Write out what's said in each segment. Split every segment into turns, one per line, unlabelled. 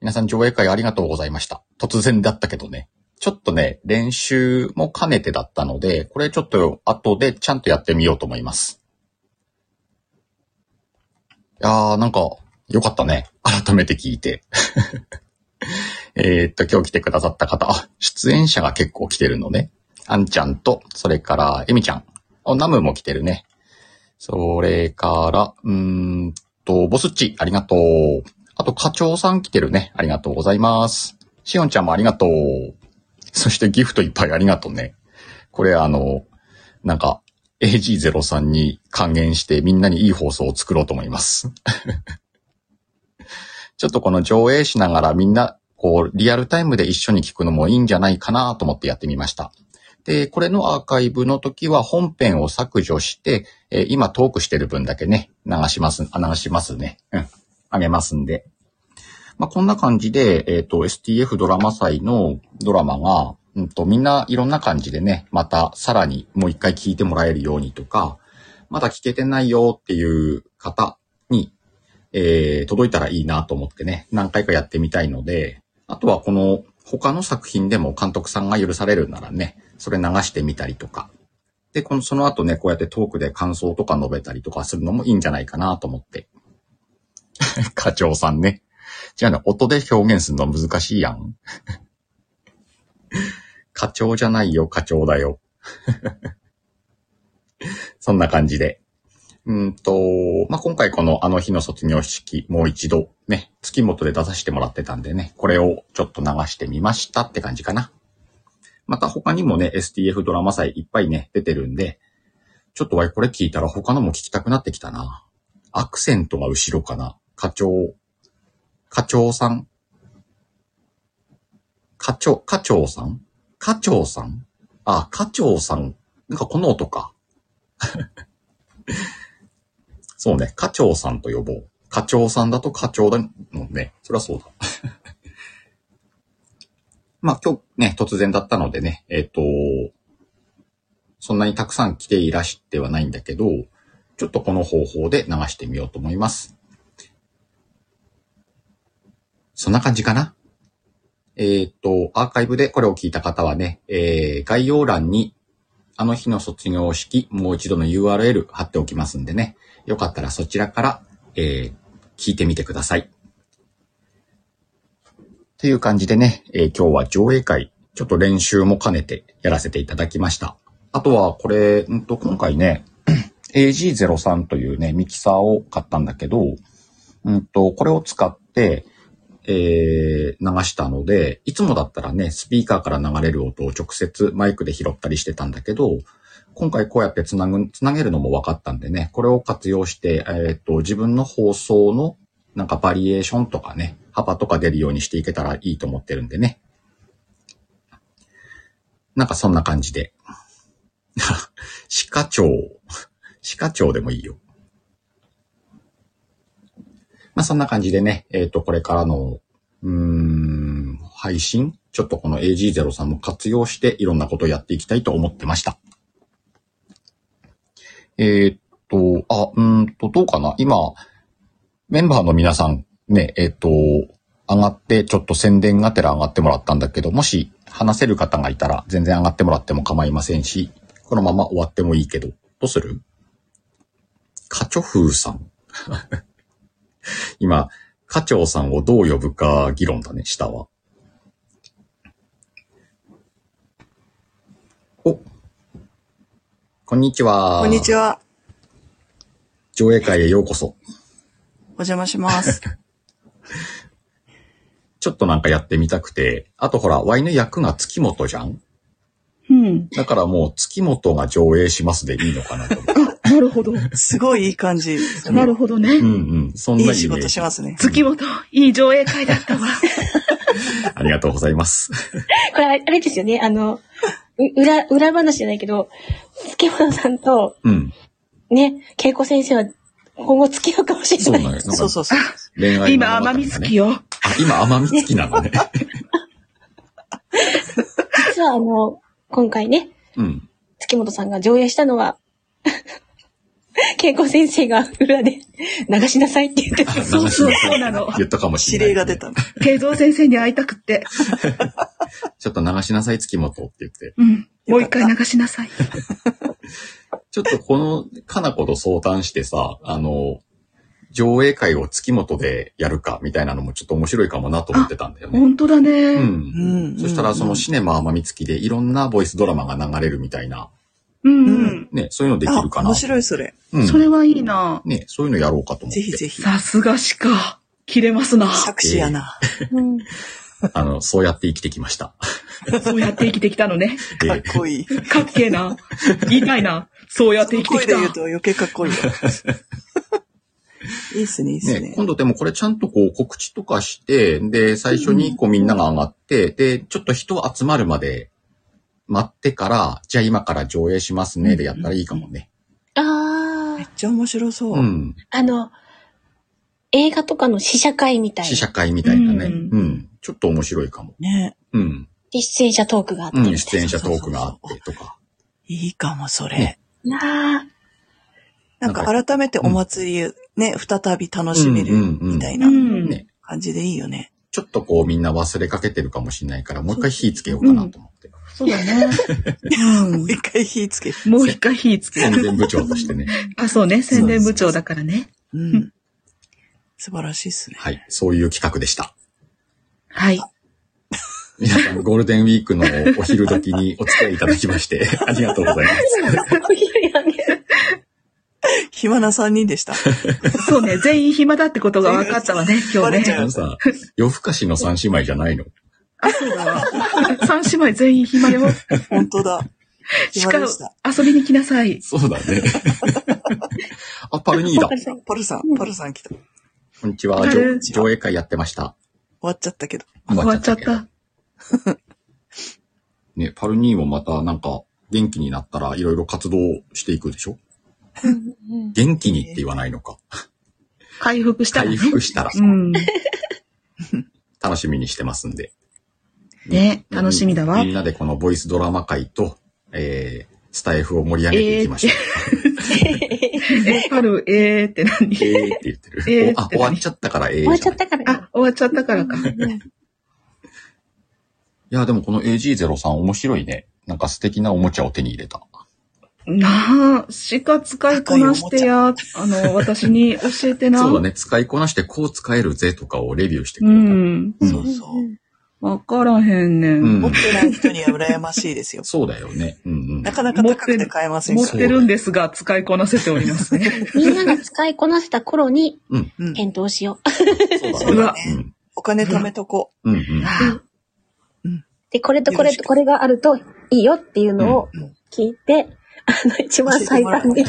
皆さん上映会ありがとうございました。突然だったけどね。ちょっとね、練習も兼ねてだったので、これちょっと後でちゃんとやってみようと思います。いやー、なんか、よかったね。改めて聞いて。 えーっと、今日来てくださった方、あ、出演者が結構来てるのね。あんちゃんと、それから、えみちゃん。あ、ナムも来てるね。それから、うーんと、ボスッチ、ありがとう。あと、課長さん来てるね。ありがとうございます。しおんちゃんもありがとう。そして、ギフトいっぱいありがとうね。これ、あの、なんか、AG03 に還元してみんなにいい放送を作ろうと思います。 ちょっとこの上映しながらみんな、こう、リアルタイムで一緒に聞くのもいいんじゃないかなと思ってやってみました。で、これのアーカイブの時は本編を削除して、えー今トークしてる分だけね、流します、あ流しますね。うん。あげますんで。まあ、こんな感じで、えっ、と、STF ドラマ祭のドラマが、うんと、みんないろんな感じでね、またさらにもう一回聞いてもらえるようにとか、まだ聞けてないよっていう方に、えー届いたらいいなと思ってね、何回かやってみたいので、あとはこの他の作品でも監督さんが許されるならね、それ流してみたりとか。で、この、その後ね、こうやってトークで感想とか述べたりとかするのもいいんじゃないかなと思って。 課長さんね。じゃあね、音で表現するの難しいやん。 課長じゃないよ、課長だよ。 そんな感じで。うんと、まあ、今回このあの日の卒業式、もう一度ね、月元で出させてもらってたんでね、これをちょっと流してみましたって感じかな。また他にもね、STF ドラマ祭いっぱいね、出てるんで、ちょっとわいこれ聞いたら他のも聞きたくなってきたな。アクセントが後ろかな。課長。課長さん。課長、課長さん課長さんあ、課長さん。なんかこの音か。そうね。課長さんと呼ぼう。課長さんだと課長だもんね。そりゃそうだ。 まあ今日ね、突然だったのでね、えっ、と、そんなにたくさん来ていらしてはないんだけど、ちょっとこの方法で流してみようと思います。そんな感じかなえっ、と、アーカイブでこれを聞いた方はね、えー概要欄にあの日の卒業式、もう一度の URL 貼っておきますんでね。よかったらそちらから、えー聞いてみてください。という感じでね、えー今日は上映会、ちょっと練習も兼ねてやらせていただきました。あとは、これ、うんと、今回ね、AG03 というね、ミキサーを買ったんだけど、うんと、これを使って、えー、流したので、いつもだったらね、スピーカーから流れる音を直接マイクで拾ったりしてたんだけど、今回こうやってつなぐ、つなげるのも分かったんでね、これを活用して、えーっと、自分の放送のなんかバリエーションとかね、幅とか出るようにしていけたらいいと思ってるんでね。なんかそんな感じで。 鹿 町、鹿町でもいいよ。まあ、そんな感じでね、えっ、と、これからの、うーん、配信、ちょっとこの AG0 さんも活用していろんなことをやっていきたいと思ってました。えっ、と、あ、うーんと、どうかな今、メンバーの皆さん、ね、えっ、と、上がって、ちょっと宣伝がてら上がってもらったんだけど、もし話せる方がいたら全然上がってもらっても構いませんし、このまま終わってもいいけど、どうするカチョフーさん。 今、課長さんをどう呼ぶか議論だね、下は。お、こんにちは。
こんにち
は。
は。
上映会へようこそ。
お邪魔します。
ちょっとなんかやってみたくて、あとほら、ワイの役が月本じゃん
うん。
だからもう月本が上映しますでいいのかなと思って。
あ、なるほど。
すごいいい感じ。
なるほどね。
うんうん。そん
い
ないイ
仕
メー
事し
ジ。
ますね。
月本、いい上映会だったわ。
ありがとうございます。
これ、あれですよね。あの、う裏、裏話じゃないけど、月本さんと、
うん。
ね、恵子先生は、今後付き合うかもし
そ
れ
う
な。
ないのよ。なん
そう
か
そうそう。
恋愛の
今、
物
甘
語
み
が
好
ね
きよ。
あ、今、甘み好きなのね。
実はあの、今回ね、
うん。
月本さんが上映したのは、恵子先生が裏で流しなさいって言ってた。
そうそうそうなの
言ったかもし
指
れ
令
な
が
い、
出たの。
慶三先生に会いたくって。
ちょっと流しなさい、月本って言って。
うん。もう一回流しなさい。
ちょっとこの、かなこと相談してさ、あの、上映会を月本でやるか、みたいなのもちょっと面白いかもなと思ってたんだよね。
本当だね。
う
うん。
ん。
うん。
そしたら、そのシネマ天月でいろんなボイスドラマが流れるみたいな、
うん、
ね、そういうのできるか
あ
な。
面白いそれ。
うん。
それはいいな。
ね、そういうのやろうかと思って。
ぜひぜひ。
さすがしか。切れますな。
作詞やな。
うん
あの、そうやって生きてきま した。
そうやって生きてきたのね。
え
かっ
ー
こいい。
かっけえな。言いたいな。そうやって生きて
声
き
で
た。
言うと余計かっこいいわ。いいっすね、いいっす
ね
ね、。
今度でもこれちゃんとこう告知とかして、で、最初にこうみんなが上がって、で、ちょっと人集まるまで待ってから、じゃあ今から上映しますね、でやったらいいかもね。
あ
めっ
あ、
ちゃ面白そうう。
ん。
あの、映画とかの試写会みたい
試
な。
写会みたいなね。う
うんん。。
ちょっと面白いかも。
ね。
うん。
で、出演者トークがあって
う
みたい
ん。
な。
出演者トークがあってとか。
いいかも、それ
ね。
な
なんか改めてお祭り、ね、再び楽しめ
うん
る
うんうん
みたいうなん
ね。
感じでいいよね。
ちょっとこうみんな忘れかけてるかもしれないから、もう一回火つけようかなと思って。
そうだね。
もう一回火つける。
もう一回火つけ
宣
る。
伝部長としてね。
あ、そうね。宣伝部長だからね。
うん。素晴らしいっすね。
はい。そういう企画でした。
はい。
皆さん、ゴールデンウィークのお昼時にお付き合いいただきまして、 ありがとうございます。
あ。お昼やね。
暇な3人でした。
そうね。全員暇だってことが分かったわね、今
バレ
日
ち
あ
ゃ
ね。
のさ、夜更かしの三姉妹じゃないの
あ、そうだわ。 三姉妹全員暇でも、
本当だ。
し
暇
か
で
も
した。
遊びに来なさい。
そうだね。 あ、パルニーだ。
終
パルさん、パルさん来た。終
こんにちは。
パ
上
ル
上映会やってました。
わっちゃったけど。
終わっちゃっ
けど
た。。
ね、パルニーもまたなんか、元気になったらいろいろ活動していくでしょ元気にって言わないのか。
回復したら
回
ね。
復したら
うん。
楽しみにしてますんで。
ね、楽しみだわ
み。んなでこのボイスドラマ会と、えー、スタイフを盛り上げていきましょう。
え、パル、えーって何
えーって言ってる。
えー
おあ、
って
終
何
わっちゃったからえーじゃ
わ
ない。
っちゃったから。
あ、終わっちゃったからか。
いや、でもこの AG03 面白いね。なんか素敵なおもちゃを手に入れた。
なあ、しか使いこなしてや、あの、私に教えてな。
そうだね。使いこなしてこう使えるぜとかをレビューしてく
う
れた。
ん。
うん
そうそう。
わからへんねん。
うん
持ってない人には羨ましいですよ。
そうだよね。うんうん
な。かなか高くて買えません
持
か
っ
ら。
てるんですが、使いこなせておりますね。
みんなが使いこなせた頃に
うん
検討しよう。
そ
そう
う
だ
だ
ね
ね。
お金貯めとこ
うんうんうん。
あ
で、これとこれとこれがあるといいよっていうのを聞いて、あの、一番最短で。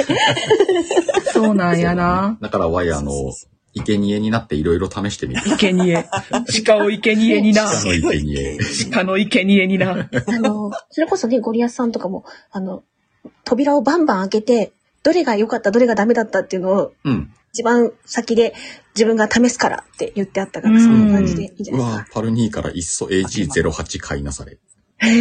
そうなんやな。
だから、ワイ、あの、生贄になっていろいろ試してみる。
生贄。鹿を生贄にな。
あの生贄。
鹿の生贄にな。
あの、それこそね、ゴリアスさんとかも、あの、扉をバンバン開けて、どれが良かった、どれがダメだったっていうのを、
うん。
一番先で自分が試すからって言ってあったから、
うん
そんな感じでいいんじゃ
う
ないです
わ
か。
パルニーからいっそ AG08 買いなされ。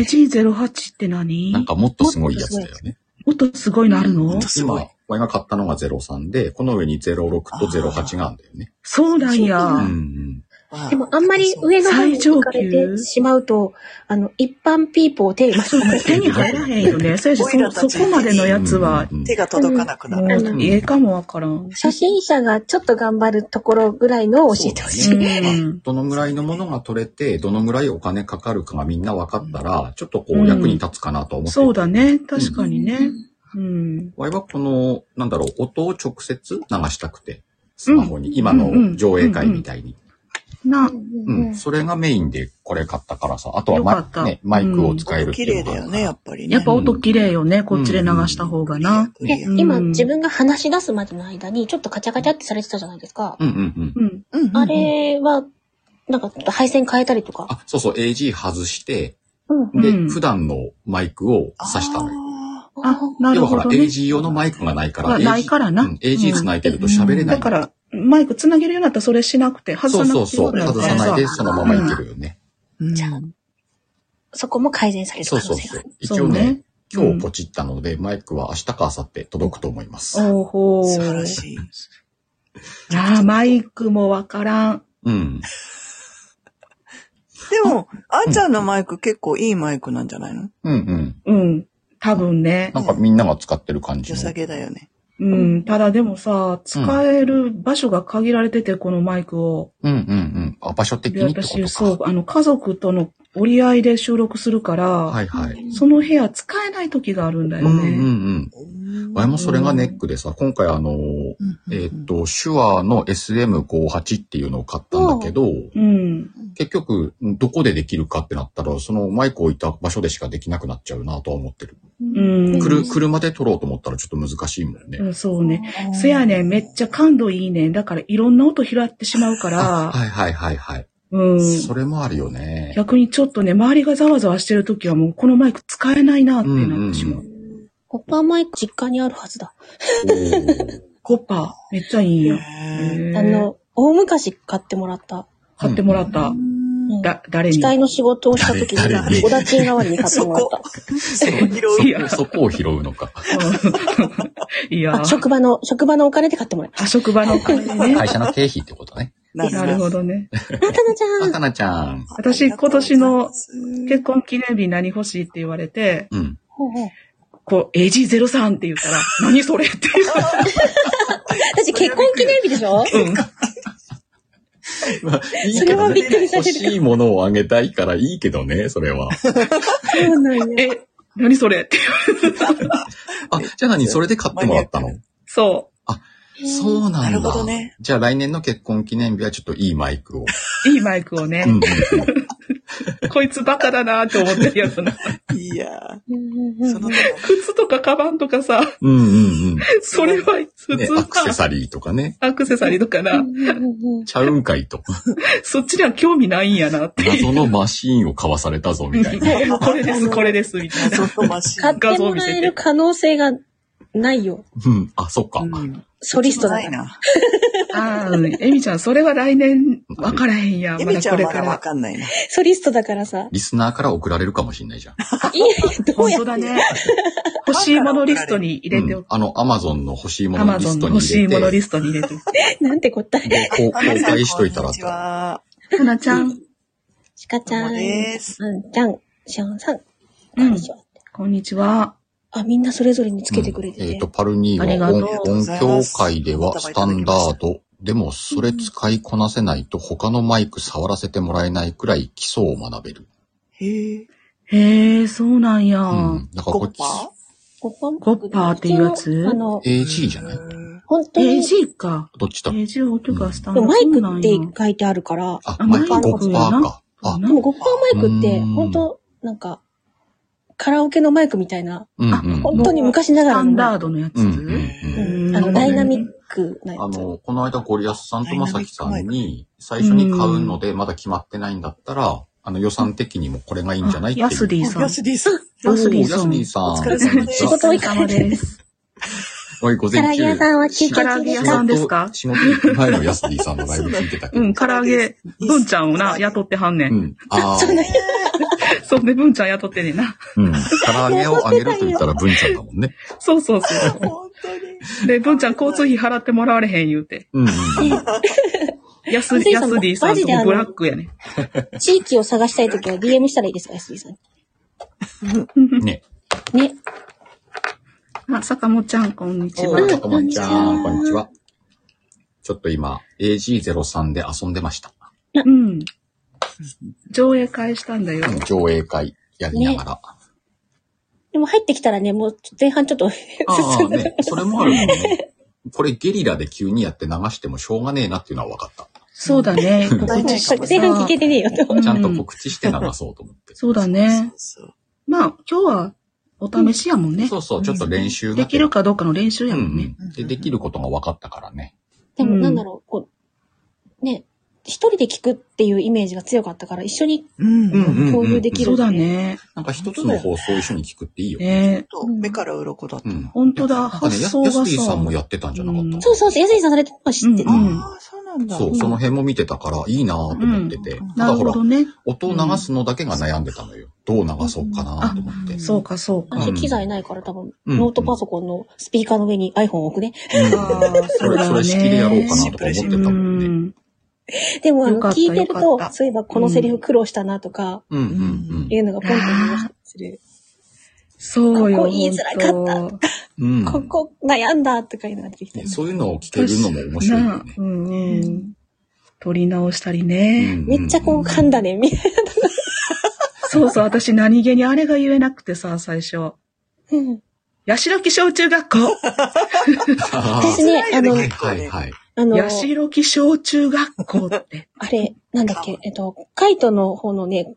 AG08 って何
なんかもっとすごいやつだよね。
もっとすごいのあるの
っとす
今
ごい、
ワイが買ったのが03で、この上に06と08があるんだよね。
そうなん
うんう
や。
ん。
う。
でもあんまり上の方に行かれ
最上級
てしまうと、あの、一般ピーポーテーマ
そう、手に入らへんよね。せいじ
おいらた
そ、
ち
そこまでのやつは、
うんうんうん
手が届かなくなる。
もう、ええかもわからん。
初心者がちょっと頑張るところぐらいのを教えてほし
そ
い。
う
うん。
どのぐらいのものが取れて、どのぐらいお金かかるかがみんな分かったら、ちょっとこ
う
うん役に立つかなと思って。
そうだ。ね。確かにね。うん。
わいはこの、なんだろう、音を直接流したくて、スマホに、今
うんう
の
ん
上映会みたいに。
な、
う
うん
ん、それがメインでこれ買ったからさ、あとはマ
よかった
ね、マイクを使えるって
綺
い
麗
うの
だ
があ
よ
るか
ね、
ら
やっぱりね。
やっぱ音綺麗よね。こっちで流した方がな。
い
で
いよ
うん
今自分が話し出すまでの間にちょっとカチャカチャってされてたじゃないですか。
うんうんうん。
うん。
うん
あれは、なんかちょっと配線変えたりとか。
あ、そうそう、AG 外して、
うん。
で、
うん
普段のマイクを挿したのよ。
あ
あ、
要
なる
はほ
ほ
ら、
どね。
AG 用のマイクがないから、
まあないからな
うん AG 繋いでると喋れない。
だから、マイクつなげるようになったらそれしなくて、
そ
外さ
う
なくて
そうそう。
いいよね
外さないでそのままいけるよね。
ーうん
じゃあそこも改善される
そ
可
うそ
能
う
性が
そ
あ
う
る。。
一応
そうね
ね、今日ポチったので、マイクは明日か明後日届くと思います。
おーほー。
素晴らしい。
あーマイクもわからん。
うん。
でも、あんちゃんのマイク結構いいマイクなんじゃないの
うんうん。
うん。多分ね。
なんかみんなが使ってる感じ
良
の。
さげだよね。
うん。ただでもさ、使える場所が限られてて、このマイクを。
うんうんうん。あ、場所的
で、
にってこと
私、
か。
そう、あの、家族との折り合いで収録するから、
はいはい。
その部屋使えない時があるんだ
う
よ
んう
ね。
んうん。わいもそれがネックでさ、今回あの、えーっ、と、手話の SM58 っていうのを買ったんだけど、
うん。
結局、どこでできるかってなったら、そのマイクを置いた場所でしかできなくなっちゃうなとは思ってる。
うん
くる、車で撮ろうと思ったらちょっと難しいもんね。
うん、そうね。
ね
せやねん、めっちゃ感度いいねん。だから、いろんな音拾ってしまうか
あ
ら、
はいはいはいはい。
うん。
それもあるよね。
逆にちょっとね、周りがざわざわしてる時はもう、このマイク使えないなってなってしまう。
うん
コッパーマイク実家にあるはずだ。
おー
コッパー、めっちゃいいんや。へー
あ、の、大昔買ってもらった。
買ってもらった。
うん
だ、誰
機
に
械の仕事をした時
誰誰
に、
に
おだち代わりに買ってもらった。
そこ拾。
いうや、
そこを拾うのか。
いや
あ、、職場の、職場のお金で買ってもらいまし
あ、職場のお金ね。
会社の経費ってことね。
な
なるほ。どね。
た。あ、たなちゃ
あ
ん
かなちゃん。
私今年の
結
結婚記念日何欲しいって言われて、
うん。
ほうほう
こう、AG03 って言ったら、何それって言わ
私結婚記念日でしょ
れて、うん
いい
そ
け
れ
ど
は
ね
びっくりさ
欲
れる。
しいものをあげたいからいいけどね、それは。
そうなんや。
え、何それって。
あ、じゃあ何それで買ってもらったの
そ
そうなんだ。
なるほどね
じゃあ来年の結婚記念日はちょっといいマイクを。
う。いいマイクをね
う、んうん
こいつバカだなって思ってるやつな。
いや
うんうん
ー、
う
その
ん
手も
靴とかカバンとかさ、
うんうん
それは
うん。
普
ね
通、
アクセ
な
サリーとかね。
アクセサリーとか
う
な、
んうんうん
ちゃうんかいと。
そっちには興味ないんやなっていう。
謎のマシーンを買わされたぞ、みたいな。
もうこれです、これです、みたいな。
ちょっとマシ
買ってもらえる可能性がないよ。
うん。あ、そっか。
ン。
ソリストだから。
な。
ああ、うんエミちゃん、それは来年、わからへんや。
エ
ま
ミ
だ
ちゃ
こ
ん
れ
はま
か
だわ
ら。
かんないな。
ソリストだからさ。
リスナーから送られるかもしんないじゃん。
いえ、どう
本
やっ
当
て。
だね。欲しいものリストに入れて
う
お
ん
く。
あの、アマゾンの欲しいも
ア
の
マ
リ
ゾ
ス
ン
ト
の
に
欲しい
入
もの
れ
リ
て、
ストに入れておく。
なんて答え。
でこう公
アナさん
開しといたら
こんにちは。
かなちゃん、
シカち
どう
ゃ
も
ん。
です。
あんちゃん、シャンさん。
う
こ
ん
んにちは。
こんにちは。
あ、みんなそれぞれにつけてくれて
うんえっ、
て
と、。パルニーは
ありがと
うご
音
ざい
響
ます
界ではスタンダード。でも、それ使いこなせないと他のマイク触らせてもらえないくらい基礎を学べる。
へえ。
へえ、そうなんや。
うん。だから
コ
こっ
ッ
ち、
パ
コッパー
コッパーっていうやつ
あの、
AG じゃない
ー
本当に。
AG か。
どっちだ
AG 音
うん
かスタン
で
ダ
も
ード
マイ
そう
ク
な
っ
ん
て
や
書いてあるから。
あ、
あ
マイク
マイク
5%か。あ、
でもゴッパーマイクって、
うん
本当なんか、カラオケのマイクみたいな、
うんうん
あ
うん。
本当に昔な
ス
が
タ
ら
ン
の
ダードのやつ。
うんうん
う
うん。
ん、
うん
あの、
なるほど
ダ
ね
イナミックなや
あ
つ。
の、この間ゴリアスさんとまさきさんに、最初に買うのでまだ決まってないんだったら、あの予算的にもこれがいいんじゃないっていう。
ヤスディさん。
ヤスディさん。
お
ヤスディ
ー
さ
ヤス
ん
ディさん。
お疲れ様です
こんにちは
事多い
様です。
おい、午
唐
前
揚げ
中。
屋さんは休
唐揚
憩
げ
中
屋
で
さ
す
んですか
仕事行く前のヤスディさんのライブ聞いてたけ
う
ど。
ん、唐揚げ、文ちゃんをな、雇ってはんね。
うんん。 ああ。
そうね、文ちゃん雇ってねんな。
うん。唐揚げをあげると言ったら文ちゃんだもんね。
そうそうそ
本当に。
う。で、文ちゃん交通費払ってもらわれへん言うて。
うんうんうん。
やす、やすディさんとこブラックやね。
地域を探したいときは DM したらいいですか、安井さん。
ね。
ね。
あ、坂本ちゃん、こんにち
お
は
ー、。坂本ちゃん、
こ
こ
ん
ん
に
に
ち
ち
は
は。ちょっと今、AG03 で遊んでました。
うん。上映会したんだよ。
上映会やりながら。
でも入ってきたらね、もう前半ちょっと
あ
進
あ
んだ。
ね、それもあるもんね。これゲリラで急にやって流してもしょうがねえなっていうのは分かっ
そうだね。告知し
そ
て
う
さ
前半聞けてねえよと。
た。ちゃん
う
と
ん
告知して流そうと思って。
そうだね。
そう
まあ、今日はお試しやもんね。
そうそう、ちょっと練習が。
できるかどうかの練習
う
や
ん
も
うん
ね。
ん。で、できることが分かったからね。
でもなんだろう、こう、ね、一人で聞くっていうイメージが強かったから、一緒に
うん。
うんうんうん
共有できる。
そうだ。ね。
なんか一つの放送一緒に聞くっていいよ。
ええ。
と目から鱗だった
う
な。
ん。
本当だ、
なんかね、
発
や
想がさ
す。りさんもやってたんじゃなかった
そうそうそう、安井さんそれとか知ってる。
うん
ああ、そうなんだ。
そう、その辺も見てたからいいなぁと思ってて。
うん
た
な
だほ
るほ
ら
ど、ね。
音を流すのだけが悩んでたのよ。どう流そうかなと思って。
うん
そうか、そうか。
私機材ないから多分、
うん
ノートパソコンのスピーカーの上に iPhone を置くね。
うん
あー
それ、それ式でやろうかなとか思ってたもんね。
ん。
でも、あ
よ
の、
かった
聞いてる
よ
と
かっ、た
そういえばこのセリフ苦労したなとか、
うんうんうん
いうのがポンと出ましたりする。
そうよ。
ここ言いづらかった
本当
うん。
ここ悩んだとかいうのが出てきて
ね。そういうのを聞けるのも面白いよ
な
ね。
うん
う
うん。取り直したりね。
うん
めっちゃこう噛んだね、みたい
そうそう、私何気にあれが言えなくてさ、最初。
な。うん
八代木小中学校
あ
私
ー
ね、あの
は、
ね
いはいはい。
あの、
八代木小中学校って。
あれ、なんだっけ、えっと、カイトの方のね、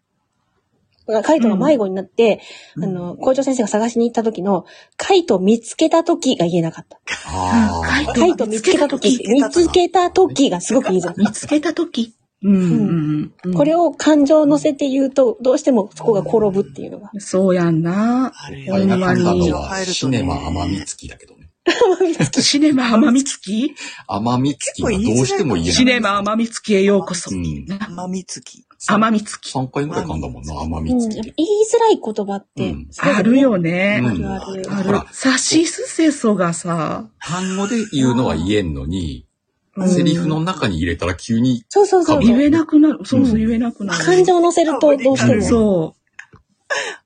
カイトが迷子になって、あの、校長先生が探しに行った時の、カイト見つけた時が言えなかった。
あ
書い
あ。
て
カイト見つけた時、見つけた時がすごく言いづらい。
見つけた時。うん。うん
これを感情を乗せて言うと、どうしてもそこが転ぶっていうのが。
そうやんな。
あれ
あ
は
れ
い
が
は
噛んだのは、
入るとね
シネマ甘みつきだけどね。
シネマ甘みつき
甘みつきはどうしても言え
シ
ない。
ネマ甘みつきへようこそ
う。ん。
甘みつき。
甘みつき。
3回ぐらい噛んだもんな、甘
う
み
ん、
つ
やっ
き
ぱ
で。
言いづらい言葉って
うん、
すごくね
あるよ
う
ね。
あ
ん
るある。
あ
ほ
る
ら。
さしすせそがさ。
単語で言うのは言えんのに、
うん
セリフの中に入れたら急に、
そうそうそうそ
言
う。
えなくなる。そうそうう、
ん
言えなくなる。
感情を乗せると、どうして
うん
も、
そ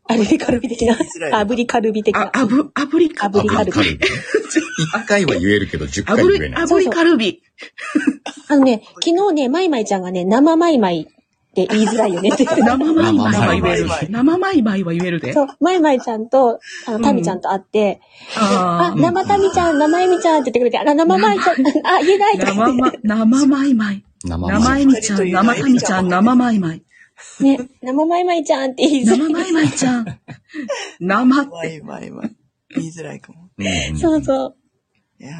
アルビカルビ的な
言いづらい、
アブリカルビ的
う。あ
な、。
あぶ、アブリカ
炙りカルビ
ビ。一回は言えるけど、十
ア
回
ブ
言え
リ、
ない
ア。ブリカルビ。
あのね、昨日ね、マイマイちゃんがね、生マイマイって言いづらいよねって言って た。
生マイマイは言
生マ
え
イマイ
る。生マイマイは言えるで。
そう、マイマイちゃんと、あの、タミちゃんと会って、あ
あ、あ。
生タミちゃん、生エミちゃんって言ってくれて、あら、生マイちゃん、あ、言えないとか
生ま、生マイマイ。
生
生
前。
エミちゃん、生タミちゃん、生マイマイ。
ね、生マイマイちゃんって言いづ
生
ら
マ
い。
イマイちゃん。生っ
わ
て。
いわいわい。言いづらいかも。
うん
そうそう。
いやー、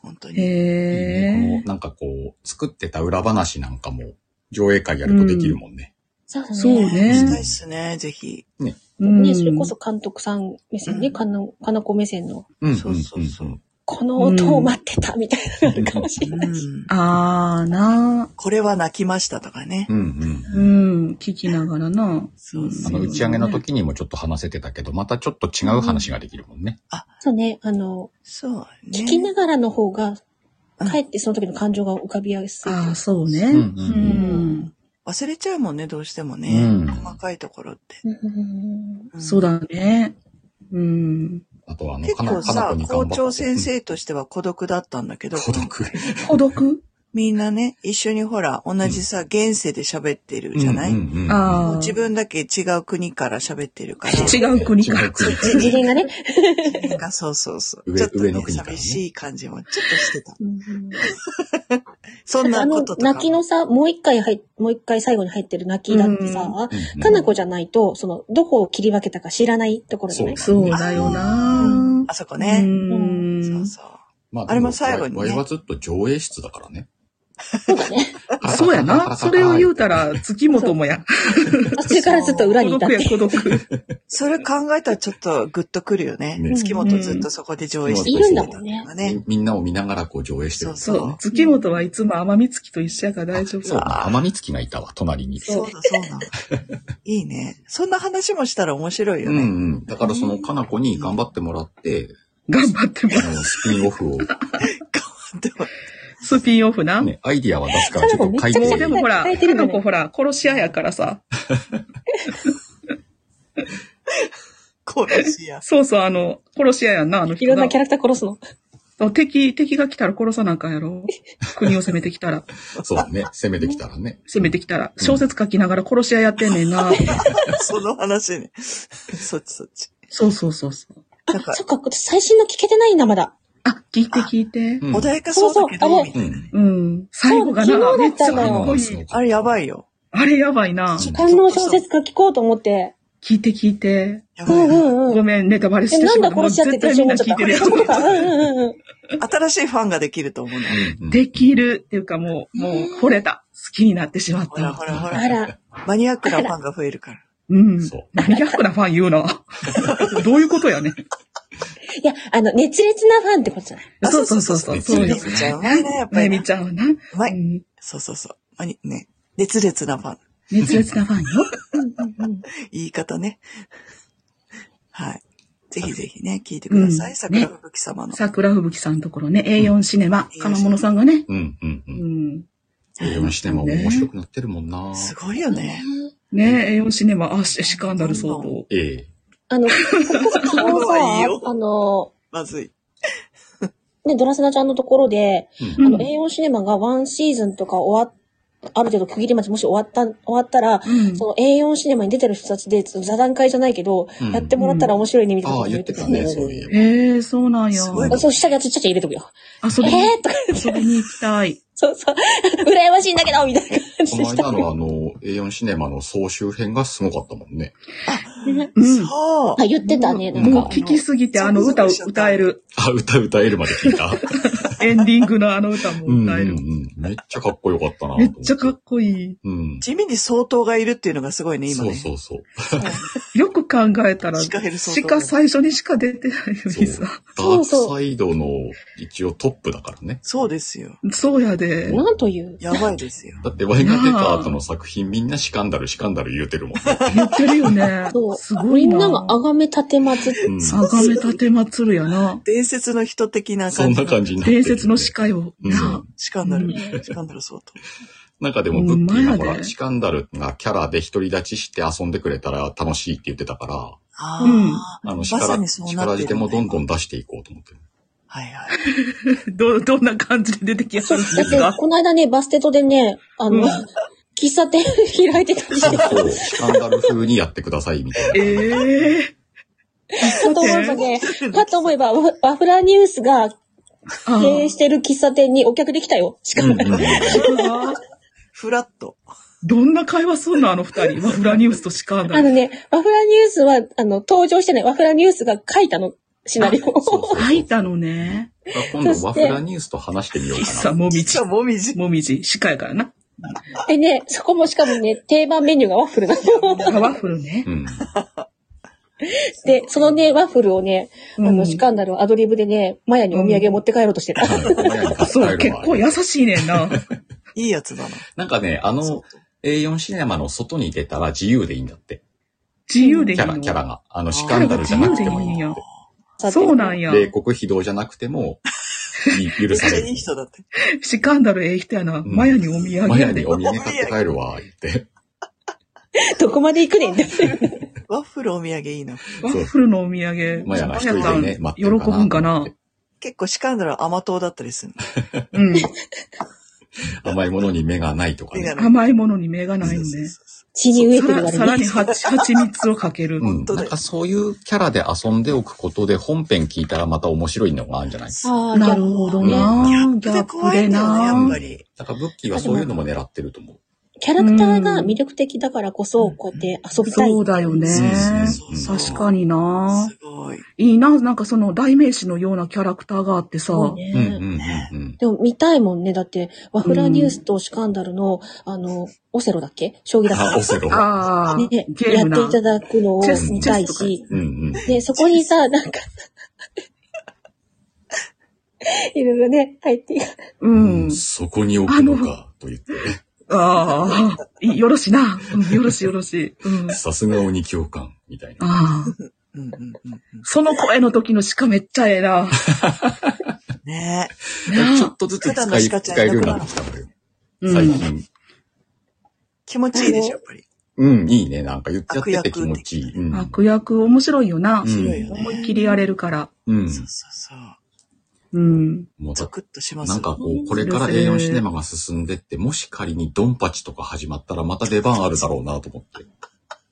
本当に。
ねこ
へ
のなんかこう、作ってた裏話なんかも、上映会やるとできるもんね。
そう
そう
ね。
行き
ね
たいっすね、ぜひ。
う
ね、
ん。
それこそ監督さん目線ね、
うん
かな、かなこ目線の、
うんうん
そうそうそうん
この音を待ってたみたいなのがあるかもしれ
う
ない。
ん。
あーな
これは泣きましたとかね。
うんうん。
うん。聞きながらな。
そうそ
あの、
う
打ち上げの時にもちょっと話せてたけど、またちょっと違う話ができるもんね。
そうね、あの、
そうね。
聞きながらの方が、
うん
かえってその時の感情が浮かびやすい。
ああ、そうね。
うん
う
うん
ん。
忘れちゃうもんね、どうしても
う
ね
ん。
細かいところって。
うんうんうん
うん
そうだね。うん。
あとはあの、
結
かな、
構
かなこ
さ
に、頑張
校
って
長先生としては孤独だったんだけど、
孤独。
孤独
みんなね、一緒にほら、同じさ、現世で喋ってるじゃない、
うんうんうん
ああ。
自分だけ違う国から喋ってる から。
違う国から。
国
じ次元がね。
なんかそうそうそう。
上
ちょっと、
上
ね
の国からね
寂しい感じもちょっとしてた。
うんうん
そん
あ
な
の
こと、とか。
泣きのさ、もう一回入っ、もう一回最後に入ってる泣きだってさ、かなこじゃないと、その、どこを切り分けたか知らないところじゃない
そうだよ
う
な。
あそこね。
うん
そうそう。
まあ、
あれも最後にね
わいはずっと上映室だからね。
そうだね。
そうやな。それを言うたら、月本も や。
途中からずっと裏
孤
にいたっ
独
て
や、。孤 独。
それ考えたらちょっとグッとくるよね。
ね
月本ずっとそこで上映して
いるんだもんね。
た
み
ね。
みんなを見ながらこう上映してる。
そう
そう。月本はいつも天美月と一緒やから大丈夫。
そうね。天美月がいたわ、隣に。
そうだそうだ。いいね。そんな話もしたら面白いよ
うん
ね。
うん。だからその、かなこに頑張ってもらって、
頑張っても
あの、スピンオフを、
でも
スピンオフな。も
ね、アイディアは出すからちょっと書いて
かなこめっち
う
ゃくち
で
ゃ
もほら、
書いてる
か
よ
の
ね
子ほら、殺し屋やからさ。
殺し屋。
そうそう、あの、殺し屋やんな、あの
い
人
ろん
な
なキャラクター殺すの。
敵、敵が来たら殺さなあかんや ろ。国を攻めてきたら、
そうだね。攻めてきたらね。
攻めてきたら、小説書きながら殺し屋やってんねんな。
その話ね。そっちそっち。
そうそうそうそう。
なんか
そ、っか、最新の聞けてないんだ、まだ。
あ、聞いて聞いて。
うん
穏やかそうだけど、
そうそうあれ
みたいなね。
うん。最後が
そう
な、
昨
め
日
っちゃ
だった
か
の
っこい
そう
い。
なんですよ
あれやばいよ。
あれやばいな。
そう
官能小説書聞こうと思って。
聞いて聞いて。
や
う
ばい
ん
よ
うんう
ご
ん。
めん、ネタバレし
え、
て
な
し
ん
ま
だ
った。も
殺
う
し合って
絶
っ
対
て一緒
みんな
思
聞いる
っちゃってた。
や
そう いうことか。
ろ。
うんうんうん。
新しいファンができると思うの。
うんうん
できるっていうかもう、もう惚れた。好きになってしまっ
ほら
た
ほ。らほ
あ
ら。
ら、
マニアックなファンが増えるから。
うん。
そう
ミラックなファン言うな。 どういうことやね。
いや、あの、熱烈なファンってことじゃない
あ
そうそうそうそう。そうよ
熱烈ちゃうまいね、やっぱ
まゆ
り
み
ね。
ちゃんはな。
うま
う
い。
ん
そうそうそう。まにね。熱烈なファン。
熱烈なファンよ。
うんうんうんうん
言い方ね。はい。ぜひぜひね、聞いてください。
うん
桜吹雪様の。
桜吹雪さんのところね、A4 シネマ、
うん
金物さんがね。
うん、うん、う。
うんん。
映画しても面白くなってるもんな。
すごいよね。
ね、A4 シネマ、あ、シシカンダル相当。
ええ。
あの、 昨日
可愛いよ
さ、あの、
まずい。
ね、ドラセナちゃんのところで、
うん
う
あ
ん
の、A4 シネマがワンシーズンとか終わっ、ある程度区切り待ちもし終わった、終わったら、
うん
その A4 シネマに出てる人たちで、ちょっと座談会じゃないけど、
うん
やってもらったら面白いね、みたいな
ああ、
こと
言ってたね、そういえば。
へえ、そうなんや
す。ごい
そう、下にちっちゃちゃ入れとくよ。
遊
え
びに、
ーとか、
遊びに行きたい。
そうそう、羨ましいんだけどみたいな感じ
こ
で
の
した。
間のあの、A4 シネマの総集編がすごかったもんね。
うん。
そう
あ、。言ってたね、なん
も
か
もう
あの。
聞きすぎて、あの歌を歌える。
あ、歌歌えるまで聞いた。
エンディングのあの歌も
うん、うん、
歌
う
える。
ん。めっちゃかっこよかったな。
めっちゃかっこい
うん。
地味に相当がいるっていうのがすごいね、今
そ
ね。
うそうそう。
い。よく考えたら、
鹿減る相当
鹿最初にしか出てないのにさ。
ダ
そ
ー
う
ク
そう
サイドの一応トップだからね。
そうですよ。
そうやで。
なんという。
やばいですよ。
だってワイが出た後の作品みんなシカンダル、シカンダル言うてるもんね。
言ってるよね
そ。
す
う。
ご
み
い
ん
な。
ながあがめ立てまつって
うん。
そ
あがめ立てまつるやな。
伝説の人的な
そ
感
ん
じ。
な感じになってる、
伝説の司会を。な
う
シカンダル
う。
シカンダル相当。
中でもブッキーがほ
うん前や
ら、
で
シカンダルがキャラで独り立ちして遊んでくれたら楽しいって言ってたから、
ああ、
あの、
ま
力、
さ
力
にそうなって
じ
る
てもどんどん
だ。
出していこうと思ってる。
はいはい。
ど、どんな感じで出てきやす
そ
る
うん
で
だっ
す
て、
か
この間ね、バステトでね、あの、
うん
喫茶店開いてたんです
そ
よ
うそう、シカンダル風にやってくださいみ たいな感じ。
ええ
かと思えばね、かと思えば、ワワフラニュースが
あ
経営してる喫茶店にお客できたよ。しか
う
も
ん、うんうん。
あ
フラット。
どんな会話すんのあの二人。ワフラニウスとシカー
あ
ナ
のね、ワフラニュースは、あの、登場してない。ワフラニュースが書いたの、シナリオ
そう
を。
そう
書いたのね。
今度ワフラニュースと話してみよう
喫
か
茶
な。
もみ
実
じ
は。もみじ。
もみじ。シカやからな。
でね、そこもしかもね、定番メニューがワッフルなの。
あワッフルね
う。ん。
で、そのね、ワッフルをね、あ
う
の、
ん
シカンダルをアドリブでね、マヤにお土産持って帰ろうとしてた。
そう、結構優しいねん な。
いいやつだな。
なんかね、あの、A4 シネマの外に出たら自由でいいんだって。
自由でいい
キャ
の
ラ、キャラが。あの、
あ
シカンダルじゃなくてもいいんだっ
そうなんや
て。。冷酷非道じゃなくても、い許
めっ
さ
ちゃ
れ
いい
る。
人だって。
シカンダルええ人やな。
ん
マヤにお土産
マ
や
ヤ
で
に。お土産買って帰るわ、言って。
どこまで行くねんって。
ワッフルお土産いいな。
ワッフルのお土産。
マヤが一
マヤさ
人
ん
でね、待って
喜
るかな。
ぶんかな。
結構シカンダルは甘党だったりするの。
うん。
甘いものに目がないとか
目が
ね。
ない
甘いものに目がない
そう
の
そう
ね。
そうそう
血に飢えて
さ
る
ら
割
さら
に
に。蜂蜂蜜をかける。
うん。
当だ
な
よ
んかそういうキャラで遊んでおくことで本編聞いたらまた面白いのがあるんじゃない
あー
なるほどな
うんギ
ギャ
ャ
ッ
ッ
プ
プで
で
怖いんだよねやっ
な
ぱり
だからブッキーはそういうのも狙ってると思う。
キャラクターが魅力的だからこそ、こうやって遊びたい。
そうだよね
そうそう
そ。う
確かにな
すごい。
いいな。なんかその代名詞のようなキャラクターがあってさ。
そう
うんうん
ね。
うんうん。
でも見たいもんね。だって、ワフラニュースとシカンダルの、あの、オセロだっけ将棋だ
あ、
っ
オセロ。
ああ、
けね
ゲ
や
ー
っ
ム
ていた
な。
だくのを
チェス
見たい
チェスとか
し、
うんうん。
で、そこにさ、なんか、 いろいろね、入って、
う
うん
ん。
そこに置くのか、と言って。
ああ、いよろしな。うんよろしよろし。うん。
さすが鬼教官、みたいな。
ああ。
うんうんうんうん。
その声の時の鹿めっちゃええな。
ねえ。
ちょっとずつ使い、使えるようになってきたのよ。
う
最
ん。
近。
気持ちいいでしょ、やっぱり。
うん、いいね。なんか言っちゃってて気持ちいい。うん。
悪役面白いよな
う。ん
白いよね
思いっきりやれるから。
うん。
そうそうそう。
うん。
もうだ
ゾクッとします
なんかこう、これから A4 シネマが進んでって、もし仮にドンパチとか始まったらまた出番あるだろうなと思って。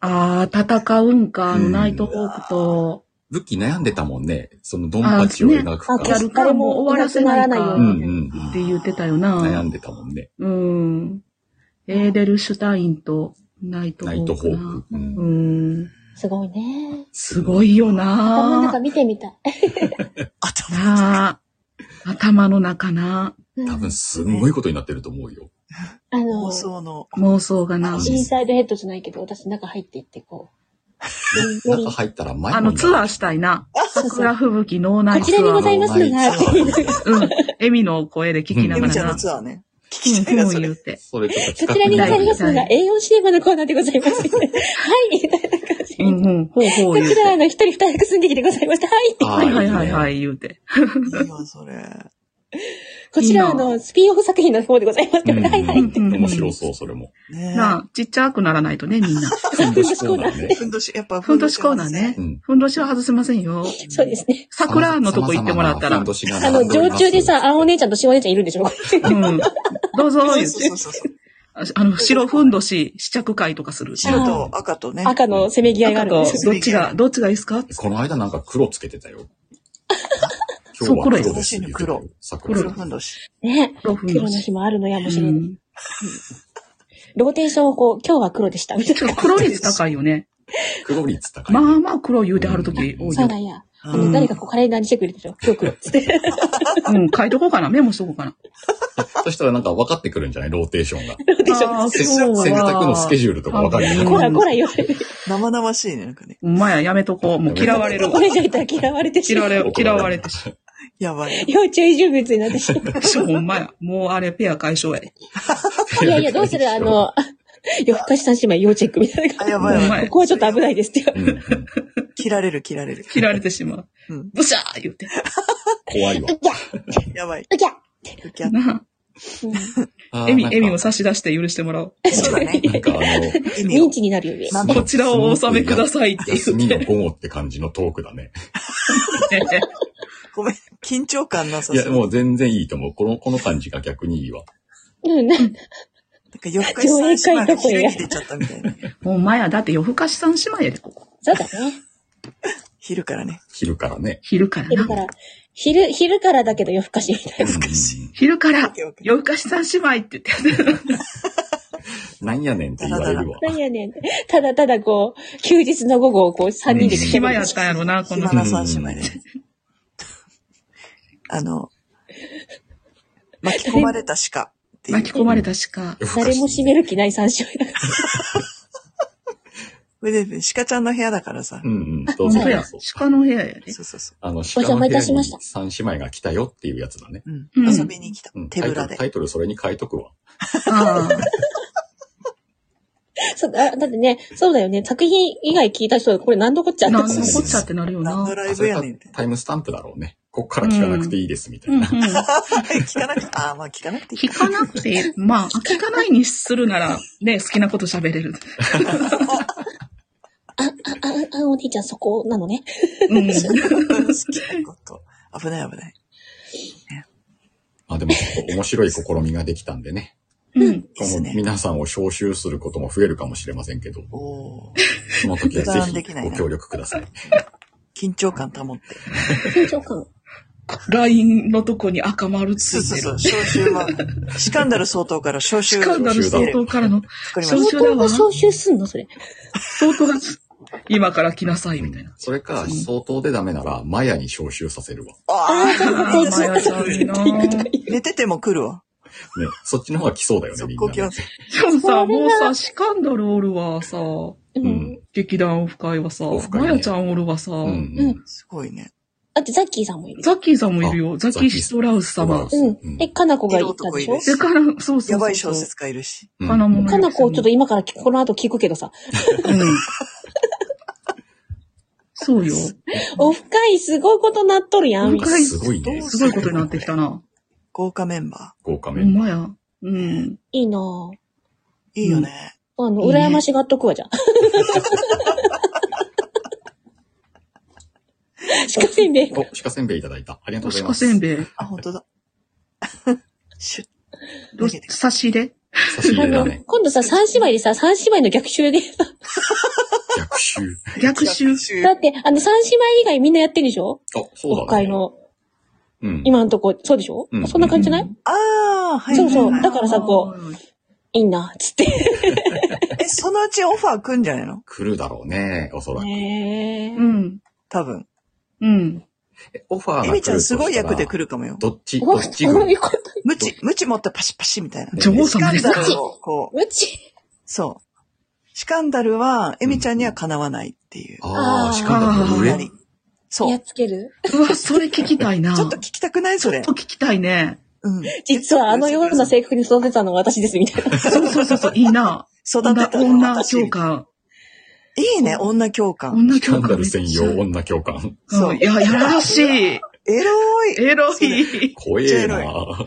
ああ、戦うんか、あの
うん
ナイトホークと。
武器悩んでたもんね。そのドンパチを描くか。
あ
やるか
誰
もう
も
終わらせないか
いなくなら
う
なん
う
いように
んう
っ
ん。
て言ってたよ
悩ん
な。
でたもんね。
うん。エーデルシュタインとナイト
ナ
ホ
イト
ー
ホ
クな。
ーク。うん
うん。
すごいね。
すごいよな。
頭の中見てみたい。
頭
なあ。頭の中な。
多
う
分
ん
すんごいことになってると思うよ。
あ
放
の、
送の。
妄想がな。
インサイドヘッドじゃないけど、私中入っていって、こう。より
中入ったら前
あの、ツアー
し
したいな。
そうそう
桜吹雪脳内
こ
ツ
ちらに
ア
ござい
ー
ますのが、
そう
を。うん。エミの声で聞きな
エ
が
ミちゃ
ら
んの
な。
ツアーね。きたいな、それ。
本を言うて。
それちょっと
そち
企
ら
画
に
に入
ござ
れ
い
て
ますのが A4CM のコーナーでござ います。はい、みたいな感じ。
うんうん、ほうほう
こ
言う
ち
て
ら、。あの、一人二役寸劇でございました。はい。
は
はいは
いい
いはい
ね
はい、言うて。
いいわ、それ。
こちら、
い
あ
いな
の、スピンオフ作品の方でございますけど、
うん
はいは
う
い。
ん
うん
面白そう、それも。
ね
なあ、ちっちゃくならないとね、みんな。
ふんどしコーナーね。
ふんどし、やっぱ
ふんどしコーナーね
うん。
ふんどしは外せませんよ。
そうですね。
桜のとこ行ってもらったら。
様々なふん
う
どしが
あの、常駐でさ、あお姉ちゃんとしお姉ちゃんいるんでしょ
ん。どうぞ、
そ
言
う
う
そう
て
そう。そう。
あの、白ふんどし試着会とかする。
白と赤とね。
赤のせめぎ合いがあ
赤
るん
と
ですよ。
どっちが、どっちがいいですか
この間なんか黒つけてた よ。
そう
今日は
黒や
黒です。
黒。
桜
黒ふんどし。
ね。
黒ふん
黒
ど
の
し。
日もあるのやもしれ。
うんん
ローテーションをこう、今日は黒でした。みたい
ちょっと黒率高いよね。
黒率高い。
まあまあ黒言うてはるとき多
な。
い
そう
よ
な。んや。あ
う
の、
ん
誰かこうカレンダーにチェック入れてるでしょ今日黒っつって。
うん、書いとこうかな。メモしとこうかな。
そしたらなんか分かってくるんじゃないローテーション が。
ローテーション。
あー
洗洗濯のスケジュールとか分かるじゃ
うん
こらこら言われて。
生々しいね、なんかね。
ほんまや、やめとこう。もう嫌われる。
これじゃいたら嫌われてし
嫌
ま
わ
う。
れ、嫌われてし。
やばい。
要注意人物になってしまう。
ほんまや。もうあれ、ペア解消や。
いやいや、どうするあ、の、夜更かし三姉妹要チェックみたいな
あ、
感
や
ほん
ばいやば
ま
い。
じ。
や
こ。こはちょっと危ないですって。
うんうん
切られる、切られる。
切られてしまう。
うん。
ブシャー言うて。
怖 いわ。
うきゃ
やばい。
うきゃ
うきゃ
な
うん
あ
あ
ー
エミ
な、んか
エミを差し出して許してもらおう。
そうだね。
なんかあ
意味
ミ
を
ン。チになるよね。
なん
の、
か
こちらをお納めくださいって
休
言
み
っ
の
て。
午後って感じのトークだ ね。
ごめん。緊張感なさ
い
そ
や、
う。
もう全然いいと思う。この、この感じが逆にいいわ。
うん、な
なんか夜更かし三姉妹が
上映会どこや
開き出ちゃったみたいな。
ほんまや。だって夜更かし三姉妹やで、ここ。
そうだね。
昼からね。
昼からね。
昼から
昼か
な。
ら、昼、昼からだけど夜更かしみたいな。
うん
昼から、夜更かし三姉妹って言って。
なんやねんって言われる わ。
なんやねんって。ただただこう、休日の午後をこう、三人で駆け
暇
回
や
る
っ。たんやろな、この
暇。な三姉妹で。 あの、巻き込まれた鹿っていう。
巻き
そ
込まれたしか。
誰も閉める気ない三姉妹だから。
れで、鹿ちゃんの部屋だからさ
う。んうん。どう
本
ぞ
当
ど
や
うぞ。。
鹿の部屋やで。
そうそうそ
あの、
お邪魔いたしました
三姉妹が来たよっていうやつだね。
う。うん。
うん
遊びに来た
うん。。
手
タイ
ぶ
ト
ら
ル、
で
タ。イトルそれに変えとくわ。
あ
そう、あだってね、そうだよね。作品以外聞いた人がこれ何度こっち
あ。
ゃあった
なん
し
のこっちゃってなるよ
何
な
の。ライブやねんって。
タイムスタンプだろうね。こっから聞かなくていいですみた
う
い
んうん
な。。
聞かなくて、ああ、まあ聞かなくていい
聞。かなくて、まあ、聞かないにするなら、ね、好きなこと喋れる。
あ、あ、あ、お兄ちゃんそこなのね。
うん。
好きなこと。危ない危ない。
まあでも、ちょっと面白い試みができたんでね。
うん。
で
今
す
後
ね
皆さんを招集することも増えるかもしれませんけど、
おお。
その時は
油断
ぜ
で
ひ
きない
ご
な
協力くだ さい。
緊張感保って。
緊張感。
LINE のとこに赤丸つ
そう
い
そう
て
そう。
る。
招集は、シカンダル総統から招集
シカンダル
して
相
る。
当からの、
作りま
招
し
相
集だ
当
わ
が総集すんのそれ。
相当が、今から来なさい、みたいな。
それか、相当でダメなら、マヤに招集させるわ。
た。ああ、
ああ、まやちゃんいいなぁ。
寝てても来るわ。
ね、そっちの方が来そうだよね、
速
みん
攻
な
来
ね、
ます。
でもさ、もうさ、シカンダルおるわ、さ、
う
うんん。
劇団オフ会はさ
オフ、会ね
まやちゃんおるわさ、
うん
う
うんん。
すごいね。
だってザッキーさんもいる。
ザッキーさんもいるよ。ザッキー・ストラウス様。
ザッキー
うん
う。ん
え、かなこが言ったでし
色男い
ょ
る
でから、そうそうそう。
やばい小説家いるし。
うん
かなもの
かなこをちょっと今からこの後聞くけどさ、
うん。そうよ。
オフ会すごいことなっとるやん、
な
み
ん
た
か
いな。
すごいね。
すごいことになってきたな。
豪華メンバ
豪華
ほ
メン
ん
バー
まや。うん。
いいなぁ。
ー。いいよね。
あの、
いいね
羨ましがっとく わ、じゃあ。しかしね、
お、鹿せんべいいただいた。ありがとうござい
鹿
ます。
せんべい。
あ、本 当だ。シュッ。
どうし差し入れ
差し入
あ
れだ
の、
ね。
今度さ、三姉妹でさ、三姉妹の逆襲で。
逆襲。
逆襲。
だって、あの、三姉妹以外みんなやってるでしょ
あ、そうだね。
オフ会。の、
うん。
今のとこ、そうでしょ
うん
そんな感じじゃない
ああ、はいはいはい。
そうそうだからさこいいな、つって。
え、そのうちオファー来んじゃないの
来るだろうね、おそらく。
へ
う
ー
ん。
多分。
うん。
えオファーが来
エ
る
ミ
と
ちゃんすごい
したら
役で来るかもよ。
どっち、ど
お
っち軍
そういう こと。
ムチ、ムチ持ってパシパシみたいな。
女王様
シカ
です
ン
か
ダルを、こう、
うち。
そう。シカンダルは、エミちゃんにはかなわないっていう。
あ
あ
あ、
ー
しかも上
やはりそ
や
う。
っつける
うわ、それ聞きたい な。
ちょっと聞きたくないそれ
ちょっ。と聞きたいね。
うん。
実はあのような性格に育てたのは私です、みたいな。
そうそうそうそう、いいな。
育
女
てたのは
女
私
教官。
いいね、女教官。
女
スキャ
教
ンダ
官
ル
めっちゃ。
専用女教官。
そ
う
う
んい。や、やらしい。
エロい。
エロ
そう
い。
怖えな好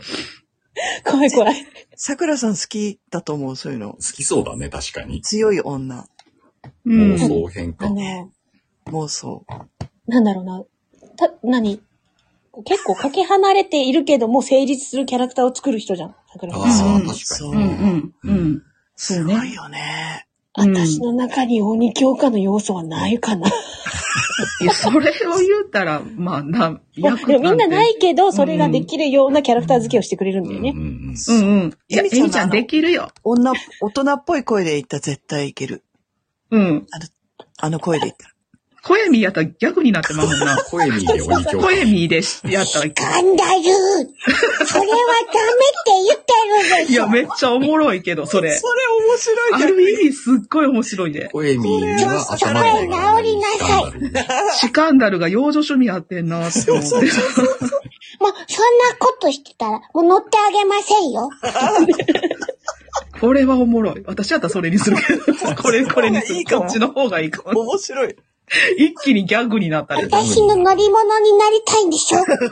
怖い怖い。
桜さん好きだと思う、そういうの。
きそうだね、確かに。
強い女。
う
妄
ん。
想変
あ
化。
の、
妄想。
なんだろうな。た、何結構かけ離れているけども成立するキャラクターを作る人じゃん、桜
あ
さん。
あ、
うん
確
そ
か
う
に。
んうんうん。そう
す
ね
ごいよね。
うん
私の中に鬼教科の要素はないかな。
いや、それを言うたら、まあ、な、
で
役。
もみんなないいけど、それができるようなキャラクター付けをしてくれるんだよね。
うんうんうん
うんうん。いや、
エ
エ
ミちゃんの
ミちゃ
あ
ん
の
できるよ。
女、大人っぽい声で言ったら絶対いける。
うん。
あの声で言ったら。
小エミやったら逆になってまうもん な。
コエミーで鬼教
小エ
官。
ミでしやったら、
ガンダルそれはダメって言ってるで
いや、めっちゃおもろいけど、 それ。
面白
ある意味すっごい面白いで。
コエミーは頭が上がるスキャンダル。
シカンダルが幼女趣味やってんなって思って。
もう、そんなことしてたら、もう乗ってあげませんよ。
これはおもろい。私やったらそれにするけど、 これ、これにする。こっちの方がいいかも。
面白い。
一気にギャグになったり。
私の乗り物になりたいんで しょ
本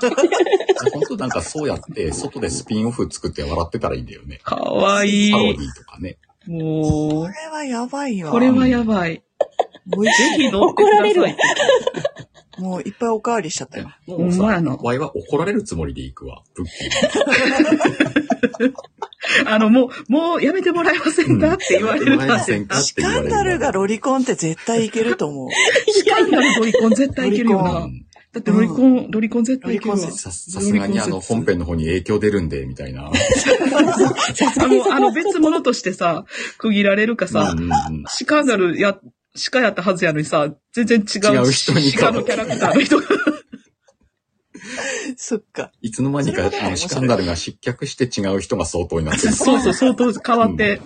当なんかそうやって、外でスピンオフ作って笑ってたらいいんだよね。
かわいい
パ。ロディとかね。
こ
も、
れはやばいうよ。
これはやばい。
もうい
ぜひ乗ってく
怒られ
ださ
るわ
い。
もういっぱいおかわりしちゃったよ。
もうさ、
ほんまやな
ワイは怒られるつもりで行くわ。ブッキ
あの、もう、もうやめてもらえませんかって言われる
もらえま
な
せんかっ
ス
て
キ
言わ
ャ
れ
ン
る。
ダルがロリコンって絶対いけると思う。
シカンダルロリコン絶対いけるよ
う
リ
な。
ん
だってロリコン、ロリコン絶対いけるわ。
ロリコン
さ、さすがにあの本編の方に影響出るんで、みたいな。
あの、あの別物としてさ、区切られるかさ
う、んうんうん
シカンダルや、シカやったはずやのにさ、全然違
違
う。
う人に
シカのキャラクターの 人が。
そっか。
いつの間にか、
それはね
あの、シカンダルが失脚して違う人が相当になってる。
そうそう、相当変わって。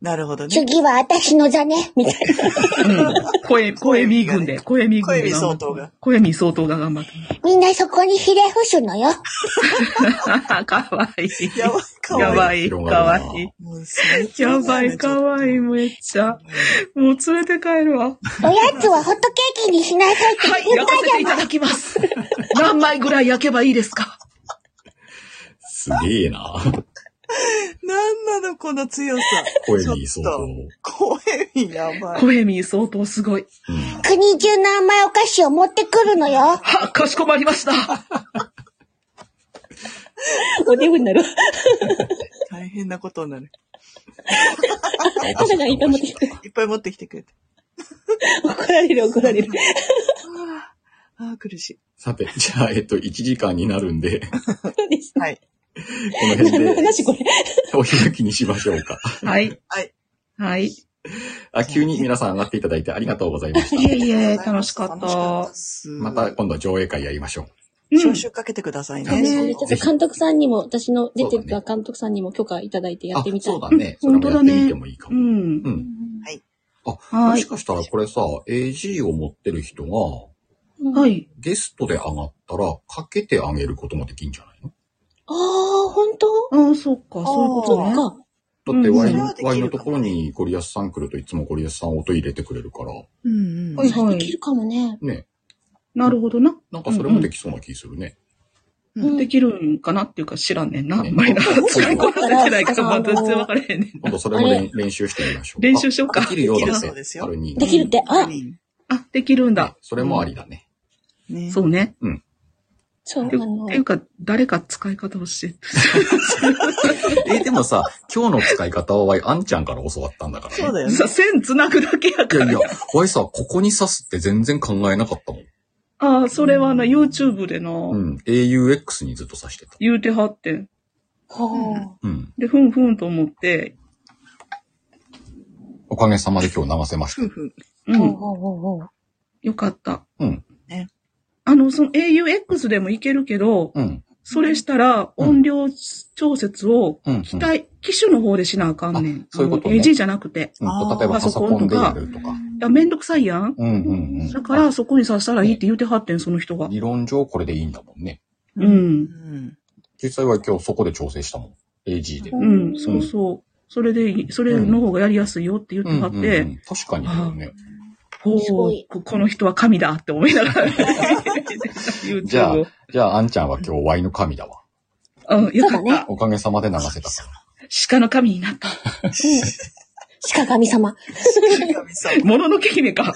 なるほどね。
次は私のだね。
みたいな。
うん。声、声見軍で、声見軍
小
で
指
頑張
相
って。
当が。
声見相当が頑張って。
みんなそこにひれ伏すのよ。
かわいい。
やばい、か
や
わい
ばい、か
広がるな
わい
い。もう最
い。
強
や
だ
ば
ね
い、かわいい、。めっちゃ。もう連れて帰るわ。
おやつはホットケーキにしなさいって
はい、
言
焼
った
かせ
じゃ
ていただきます。何枚ぐらい焼けばいいですか
すげえな。
なんなの、この強さ。
声に相当。
小指やばい。
声見相当すごい。
うん
ん。国中の甘いお菓子を持ってくるのよ。
は、かしこまりました。
おデブになる。
大変なことになる。
肌が痛むって。
いっぱい持ってきてくれて。
怒られる、怒られる。
ああ、苦し
さて、じゃあ、えっと、1時間になるんで、こ
そうです。
い。はい。
の辺
何の
で
話これ。
お開きにしましょうか。
はい。
はい。
はい。
あ、急に皆さん上がっていただいてありがとうございまし
いえ
た。
いえ、楽しかっ
楽しかった
た
で。す。
また今度上映会やりましょう。
うん
招集かけてください
あの
ね。
ちょっと監督さんにも、私の出て
そうだ
た監督さんにも許可いただいてやってみ
あ、
たい。
そうだね。それもやってみてもいいか
う
も。
ん
う。ん。
はい
あ
は
も
い
し。かしたらこれさ、AG を持ってる人が、
はい。
ゲストで上がったら、かけてあげることもできんじゃないの
ああ、本当
ああ、そっか、そういうこと
そ
ね
っ。か。
だってワイ
うん
ン、
それはできるかも
ワインのところにゴリアスさん来るといつもゴリアスさん音入れてくれるから、
うん
はいは
でき
い。
るかもね。
ね。
なるほどな。
なんかそれもできそうな気するね。
うん
できるんかなっていうか知らんねんな。あ
ね
んまりな。使いこなせてないから、ま
あ
あ
の
全然分からへんねん。
今度それも練練習してみましょう。
練習しようか
あできるようだ
できるそう
っ
です
て。
よ
春に。
できるってあ
あ、できるん
ね
だ。
それもありだね。
ね
そうね。
そう、あ
て
の
てい、うか、誰か使い方をして。
え、でもさ、今日の使い方はワイ、あんちゃんから教わったんだから、ね。
そうだよね。
さ、線繋ぐだけや
い
か
やい
ら
や。、ワイさ、ここに刺すって全然考えなかったもん。
ああ、それはな、YouTube でな、
うん。AUX にずっと刺してた。
言うてはってん。
は
うん。
で、ふんふんと思って、
おかげさまで今日流せまし
ふ
た
ん。ふん
う、
あ。ほうんほうほうほう
よかった。
うん。
あの、その AUX でもいけるけど、
うん。
それしたら
うん
音量調節を
うん。
機体、機種の方でしなあかんねん
あ。そういうことね
あの AG じゃなくて。
うんと
あー
例えばパソコンでやるとか。
いや、めんどくさいやん。
うんうんうん。
だから、そこに刺したらいいって言うてはってん、その人が。
理論上これでいいんだもんね。
うん。
うん。
実際は今日そこで調整したもん。AG で。
う、
うん
そうそう。それで、それの方がやりやすいよって言ってはって、
うんうんうん確かにだよね。
ほ、
すごいう
ここの人は神だって思いながら、YouTube
じゃあ
を。
じゃあ、あんちゃんは今日ワイの神だわ。
あ、よか
そう
っ
だ
た。
おかげさまで流せたか
鹿の神になった。
鹿神様。
神様
もののけ姫か。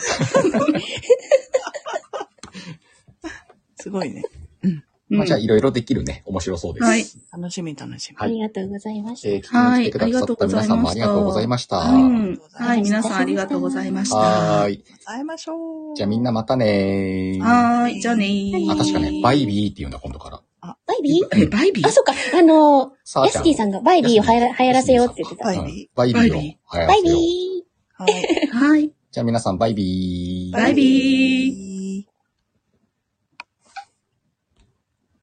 すごいね。
ら。
う
まあ、
ん
じゃあ、いろいろできるね。面白そうです。
はい
楽しみ楽しみ。
は
あ
い
りがとうございました。
えー、聞きに来てくださった皆さんもあ
はい
りがとうございました。
うんはい、皆さんありがとうございました。
はーい。
会いましょう。
じゃあ、みんなまたねー。
はーい、じゃあねー。
あ、確かね、バイビーっていうんだ、今度から。
バイビー
え、バイビー
あ、そっか。あの
さ
ー、ヤスキーさんがバイビーをはやら流行らせようって言ってた。
バ
バ
イ
イ
ビー
ビー。バイビーを流行らせよう。
バイビー
はい。
はい。
じゃあ皆さん、バイビー。
バイビー。